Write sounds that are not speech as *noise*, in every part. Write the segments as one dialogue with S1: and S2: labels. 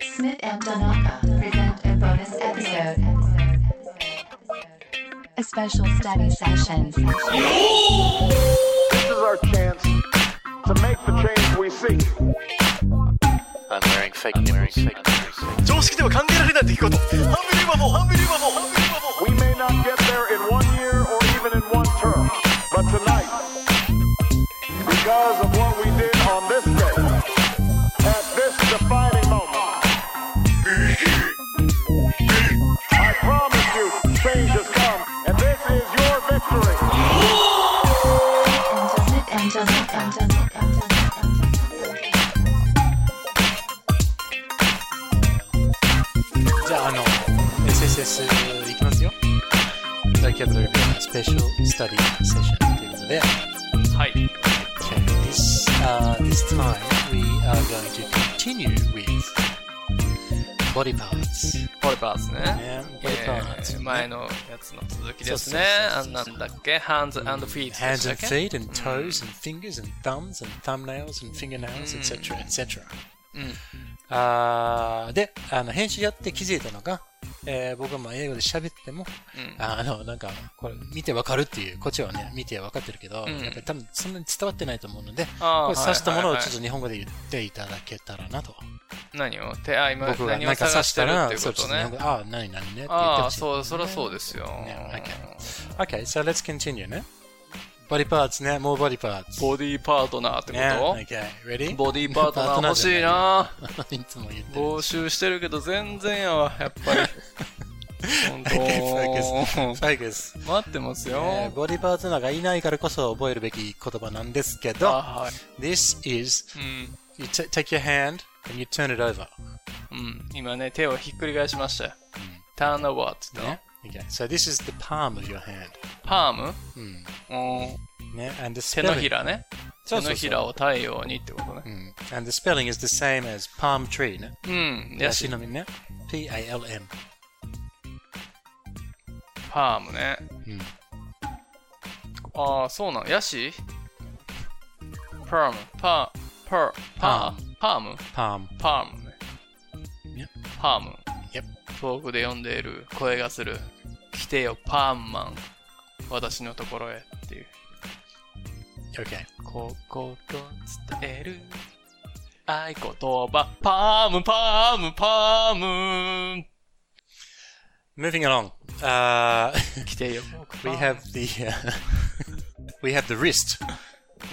S1: Smith and Donaka present a bonus episode. A special study session.
S2: This is our chance to make the change we seek.
S3: I'm wearing fake I'm wearing fake nipples.
S4: 常識では考えられない出来事ハンビリーバボーハンビリーバボーハンビリーバボー
S2: We may not get there in one year or even in one term, but tonight, because of what we did on this day, at this defining moment, I promise you, change has come, and this is your victory.
S1: Smith and Donaka.
S5: じゃあ、あの、SSS いきますよ。Vocabulary Special Study Session ということで、
S3: はい。
S5: Okay, this, uh, this time we are going to continue with body parts.
S3: ポリパーツね。
S5: Yeah,
S3: え
S5: body
S3: ー
S5: parts.
S3: 前のやつの続きですね。
S5: そ
S3: あ
S5: うそ
S3: ん
S5: うそう
S3: な
S5: そうん
S3: だっけ ?hands and feet でしたっ
S5: Hands
S3: け。
S5: and feet and toes and fingers and thumbs and thumbnails and fingernails, etc., etc.
S3: うん。
S5: あーで、あの、編集やって気づいたのが、えー僕はまあ英語で喋ってても、
S3: うん
S5: あの、なんか、これ見てわかるっていう、こっちはね、見てわかってるけど、
S3: うん
S5: やっぱり多分そんなに伝わってないと思うので、
S3: あー
S5: これ刺したもの
S3: は
S5: を
S3: いはいはい
S5: ちょっと日本語で言っていただけたらなと。
S3: 何を手、あ、今、
S5: 僕が
S3: 何
S5: な
S3: を
S5: んか刺
S3: 探し
S5: してた
S3: るっ
S5: ら
S3: て、
S5: そ
S3: こ
S5: うちょ
S3: と
S5: っと日本
S3: ね
S5: 語。であー、何何ねって言って
S3: あ
S5: ほ
S3: あ、
S5: しい。
S3: そう、そりゃそうですよ。
S5: ね Okay, so let's continue ね。ボディパーツね、もうボディパーツ。
S3: ボディーパートナーってこ
S5: ね、okay, ready?
S3: とボディー
S5: *laughs*
S3: パートナー欲しい
S5: パ
S3: な
S5: *laughs* ートナーじゃない。いつも言ってる。
S3: 募集してるけど全然やわ、やっぱり。本
S5: *laughs* Okay,
S3: *laughs* 当
S5: focus.
S3: 待ってますよ。
S5: えーボディパートナーがいないからこそ覚えるべき言葉なんですけ
S3: あ、
S5: ど、
S3: はい。
S5: This is
S3: うん。
S5: you ta- take your hand and you turn it over.
S3: うん。今ね、手をひっくり返しましたよ。ターンアワーって言ったの
S5: Yeah? Okay. So this is the palm of your hand.
S3: パーム
S5: Mm.
S3: うん。
S5: Yeah? And the
S3: 手の
S5: spelling.
S3: ひらね。手
S5: そうそうそ
S3: の
S5: う
S3: ひらを太陽にってことね。
S5: Mm. And the spelling is the same as palm tree. ね
S3: うん。ヤシの
S5: Yashinomi, ね P A L M.
S3: パームね。
S5: うん
S3: ああ、そうなの。ヤシパーム。パー、パー、パー、パーム
S5: Palm.
S3: パームね
S5: Yep.。
S3: パーム。
S5: Yep.
S3: 遠くで呼んでいる声がする。来てよ、パーンマン。私のところへっていう。
S5: Okay.
S3: 心伝える愛言葉。パーム、パーム、パーム。
S5: Moving along. Uh,
S3: 来てよ。
S5: *laughs* we have the uh, *laughs* we have the *laughs* wrist.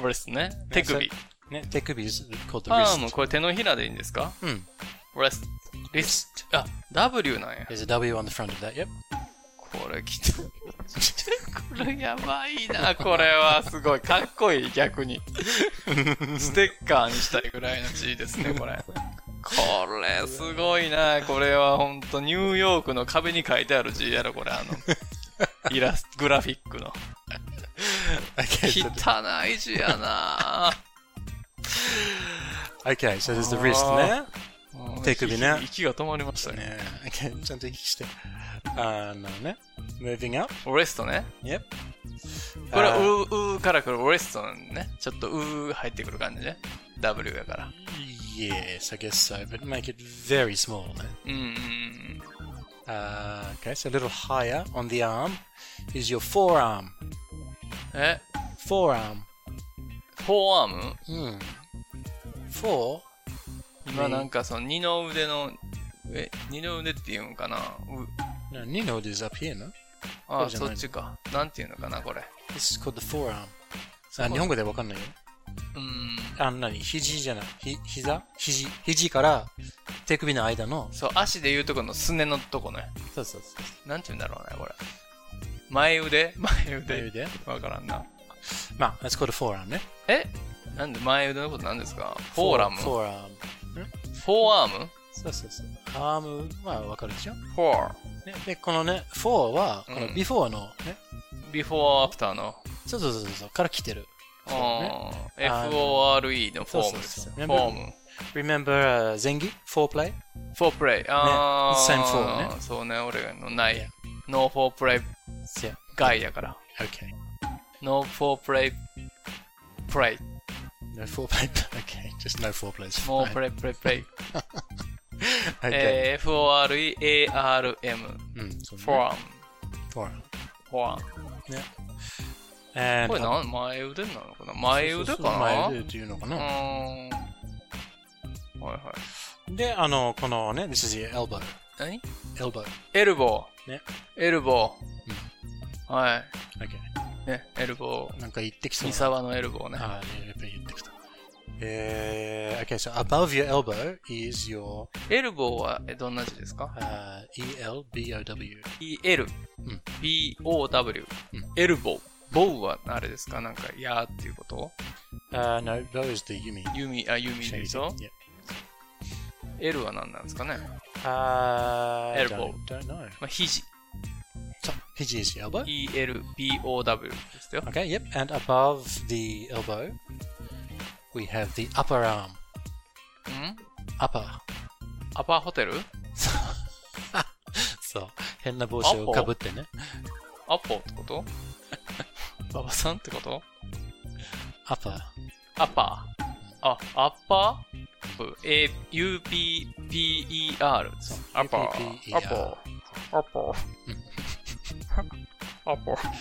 S3: これですね。手首。
S5: ね、手首 is called the
S3: パーム、
S5: wrist.
S3: これ手のひらでいいんですか
S5: うん
S3: ?rest。リスト。
S5: Ah.
S3: あ、W なんや。
S5: There's a W on the front of that. *laughs* Yep.
S3: これきた。これやばいな、これは。すごい。かっこいい、逆
S5: *laughs*
S3: に。ステッカーにしたいぐらいの G ですね、これ。これ、すごいな。これはほんと、ニューヨークの壁に書いてある G やろ、これ。あの、
S5: *laughs*
S3: イラスト、グラフィックの。
S5: Okay. So,
S3: 汚い字やな。
S5: okay. So there's the wrist. ね。 *laughs* 手首ね
S3: 息が止まりましたね。
S5: ね、okay, *laughs* ちゃんと息して。あのね、moving up,
S3: ウエストね。
S5: yep. Uh,
S3: これは
S5: あ
S3: う
S5: ー
S3: ー、うーからくるウエストなんでね。ちょっとうー入ってくる感じね。W やから。
S5: yes, I guess so, but make it very small ね。
S3: うんうんうん。
S5: Uh, okay, so a little higher on the arm is your forearm.
S3: え
S5: Forearm.
S3: フォーアーム
S5: Hmm. Four.
S3: 今なんかその二の腕の、え、二の腕っていうんかなう
S5: No, Nino is up here, no?
S3: あ
S5: そう
S3: あ、
S5: じゃない
S3: そっちか。なんていうのかな、これ。
S5: This is called the forearm. あ日本語でわかんないよ。
S3: うーん。
S5: あの何肘じゃない。ひ、膝肘。肘から手首の間の。
S3: そう、足で言うとこのすねのとこね。
S5: そうそうそう。
S3: なんていうんだろうね、これ。前腕 *laughs* 前
S5: 手
S3: 腕
S5: 腕。
S3: わからんな。
S5: まあ、that's called a forearm ね。
S3: えなんで前腕のことなんですかフォーラムフォ
S5: forearm。
S3: ーアーム
S5: そうそうそう。アームはわかるでしょ、ね、
S3: フォー。
S5: で、このね、4は、この
S3: うん
S5: before のね、
S3: ビフォーアフターの。
S5: そうそうそうそう、から来てる。
S3: あー
S5: あの
S3: FORE のフォームですよ。
S5: そ
S3: フ
S5: うそうそ
S3: ォ
S5: う
S3: ーム。
S5: Remember、uh, 前儀 ?foreplay?
S3: フォープレイ。あー。
S5: ね same four ね
S3: そうね、俺のない
S5: Yeah.。
S3: ノーフォープレイ
S5: Yeah.
S3: ガイやから。
S5: Okay.
S3: ノーフォープレイプレイ
S5: No foreplay. *laughs* Okay, just no foreplay. is
S3: もう
S5: fine.
S3: プレイプレイプレイ。
S5: Okay.
S3: えー F-O-R-E-A-R-M。
S5: Mm, so
S3: フォアム。
S5: forearm.
S3: フォアム。
S5: And
S3: これなん前腕なのかな前腕かな
S5: 前腕
S3: う
S5: っていうのかな、
S3: ーん。はいはい。
S5: で、あの、このね、This is your elbow.
S3: 何
S5: Elbow.
S3: エルボー。
S5: ね。
S3: エルボー。は
S5: Okay.
S3: い。ね、エルボー。
S5: なんか言ってきそう
S3: 三
S5: な。
S3: 沢のエルボーね。
S5: あーねやっぱり言ってきた。えー、okay, so Eh, above your elbow is your、
S3: エルボーはえどんな字ですか
S5: uh, E-L-B-O-W.
S3: ?E-L
S5: うん、
S3: B-O-W
S5: うん、
S3: エルボー。ボウはあれですかなんか、やーっていうこと
S5: Uh, no, bow is the yumi.
S3: 弓、あ、弓
S5: shady
S3: で
S5: thing.
S3: しょ
S5: Yeah.
S3: ?L は何なんですかね
S5: Uh,
S3: Elbow.
S5: Eh, Don't, don't know.
S3: まあ、肘。
S5: So, Hiji is your elbow.
S3: E-L-B-O-W ですよ。
S5: Okay, yep. And above the elbow, we have the upper arm.
S3: ん
S5: Upper.
S3: アパーホテル
S5: *laughs* そう。変な帽子をかぶってね。
S3: アポってこと *laughs* 馬場さんってこと
S5: アッパー。
S3: アパー。あ、アッパーブ ?A、U-P-P-E-R。アッパー。
S5: UPPER
S3: アッパー。アッパ *laughs* ー。アッパー。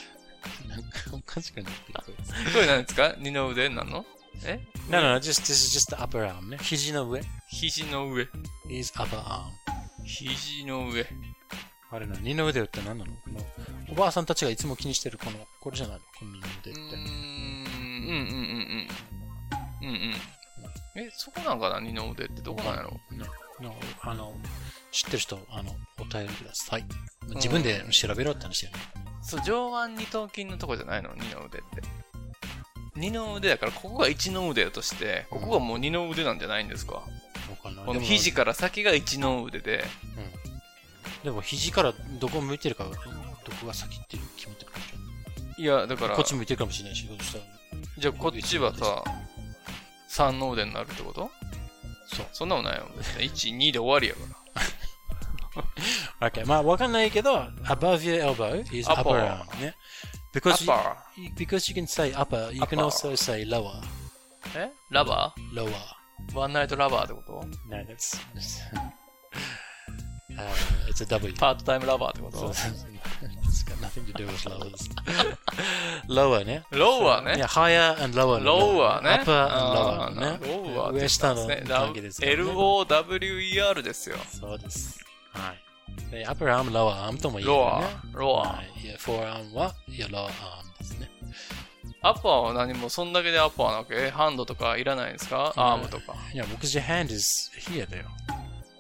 S5: なんかおかしくなってる。
S3: これ何ですか二の腕なんのえ
S5: No, no, no, just, this is just the upper arm ね。肘の上
S3: 肘の上。
S5: is upper arm.
S3: 肘の上。
S5: あれな、二の腕って何なのこのおばあさんたちがいつも気にしてるこの、これじゃないのこの二の腕
S3: う
S5: っ
S3: ーん、うん
S5: て。
S3: うんうんうん。うんうん。え、そこなんかな二の腕ってどこなんやろ
S5: ねのあの、知ってる人、あの、お便りください。自分で調べろって話だよね。
S3: そう、上腕二頭筋のとこじゃないの二の腕って。二の腕だから、ここが一の腕だとして、ここがもう二の腕なんじゃないんですか、
S5: わかんない。
S3: この
S5: でも
S3: 肘から先が一の腕で、
S5: でも肘からどこ向いてるか、どこが先っていう決まってくるじゃ
S3: いや、だから
S5: ん。こっ、ち向いてるかもしれないし、そしたら。
S3: じゃあこっちはさ、三の腕になるってこと
S5: そう。
S3: そんなもんないよ。1、2で終わりやから。
S5: Okay, まあわかんないけど、above your elbow is upper,
S3: Upper.
S5: arm ね。Because you,
S3: Upper.
S5: because you can say upper, you can
S3: Upper.
S5: also say lower,
S3: えラバ
S5: lower.
S3: ーワンナイトラバーってこと
S5: No, that's. that's- *laughs* uh, it's a W.
S3: パートタイムラバーってこ
S5: So
S3: と
S5: *laughs* it's *laughs* got nothing to do with lowers. *laughs* lower ね。
S3: ローはね
S5: Yeah,。higher and lower.
S3: ローはね。
S5: Upper
S3: あ
S5: and
S3: ー
S5: lower ね。
S3: ローはって
S5: 上下の関係ですからね
S3: LOWER ですよ。
S5: そうです。はい。で、upper arm, lower arm とも言える
S3: ロ
S5: ね。
S3: ア、ロア
S5: は。い。いや、forearm は your lower arm ですね。
S3: アッパーは何も、そんだけでアッパーなわけえハンドとかいらないんですかアームとか。
S5: いや、僕、your hand is here だよ。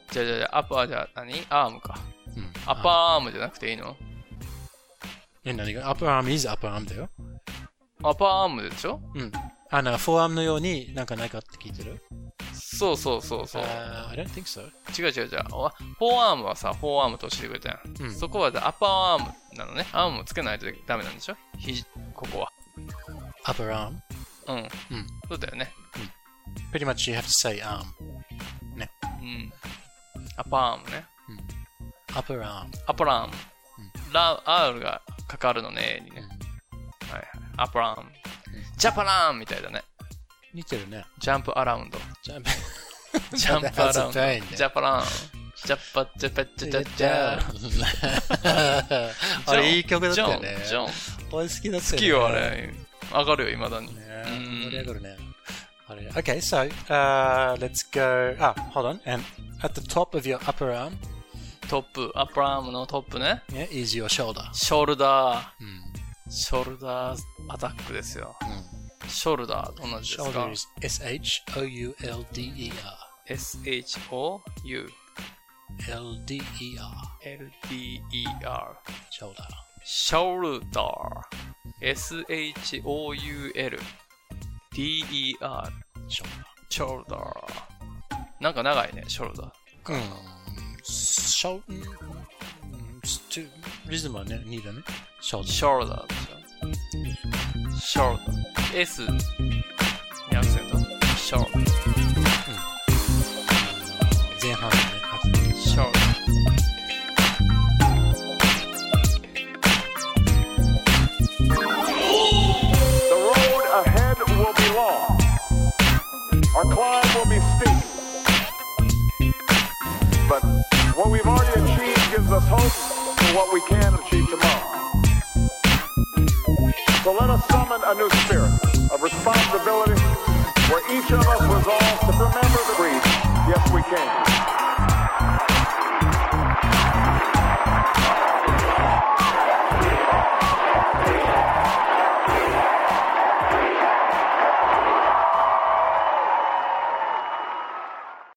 S3: じゃあじゃあじゃあ、アッパーじゃあ何アームか。
S5: うん。
S3: アッパーアームじゃなくていいの
S5: え、何が ?upper arm is upper arm だよ。
S3: アッパーアームでしょ
S5: うん。あの、forearm のようになんかないかって聞いてる
S3: そうそうそうそう。
S5: あー I don't think so.
S3: 違う違う違う。おフォーアームはさ、フォーアームとしてくれたやん。
S5: うん
S3: そこはアッパーアームなのね。アームをつけないとダメなんでしょ肘、ここは。
S5: upper arm.
S3: うん。
S5: ん
S3: そうだよね。
S5: Pretty much you have to say arm.
S3: うん。アッパーアームね。
S5: upper arm.
S3: アッパーアーム。ラ、R がかかるのね、にね。はいはい。アッパーアーム。ジャパラーンみたいだね。
S5: 似てるね。
S3: ジャンプアラウンド。
S5: ジャ *laughs* ンプ。
S3: ジャンプアラウンド。
S5: ね。
S3: ジャパラーン。ジャパジャパジャジャジャー。
S5: *laughs* あれ、いい曲だっ
S3: ジ
S5: た
S3: ョ
S5: よ
S3: ン
S5: ね。、
S3: ジョン。好
S5: 俺好きだったよね。好
S3: きよ、あ。れ。上がるよ、未だに。
S5: Yeah,
S3: Mm.
S5: whatever now. Alright, Okay, so uh, let's go. Ah, hold on. And at the top of your upper arm
S3: トップ、アッパーアームのトップね。
S5: yeah, is your shoulder.
S3: ショルダー、
S5: Mm.
S3: ショルダーアタックですよ。ショルダーと同じ
S5: Shoulder
S3: で
S5: is S H O U L D E R.
S3: すか ?SHOULDER。
S5: L D E R. Shoulder.
S3: ショルダー。SHOULDER。
S5: Shoulder.
S3: ショルダー。なんか長いね、ショルダー。
S5: Mm. Shoulder. To reason why need on it. Shoulder.
S3: ショルダーでしょ。ショルダー。S にアクセント。ショルダー。
S5: 前半ね。
S3: ショルダー。
S2: The road ahead will be long. climb will be steep. But what we've already achieved gives us hope for what we can achieve tomorrow. So let us summon a new spirit of responsibility where each of us resolves to remember the creed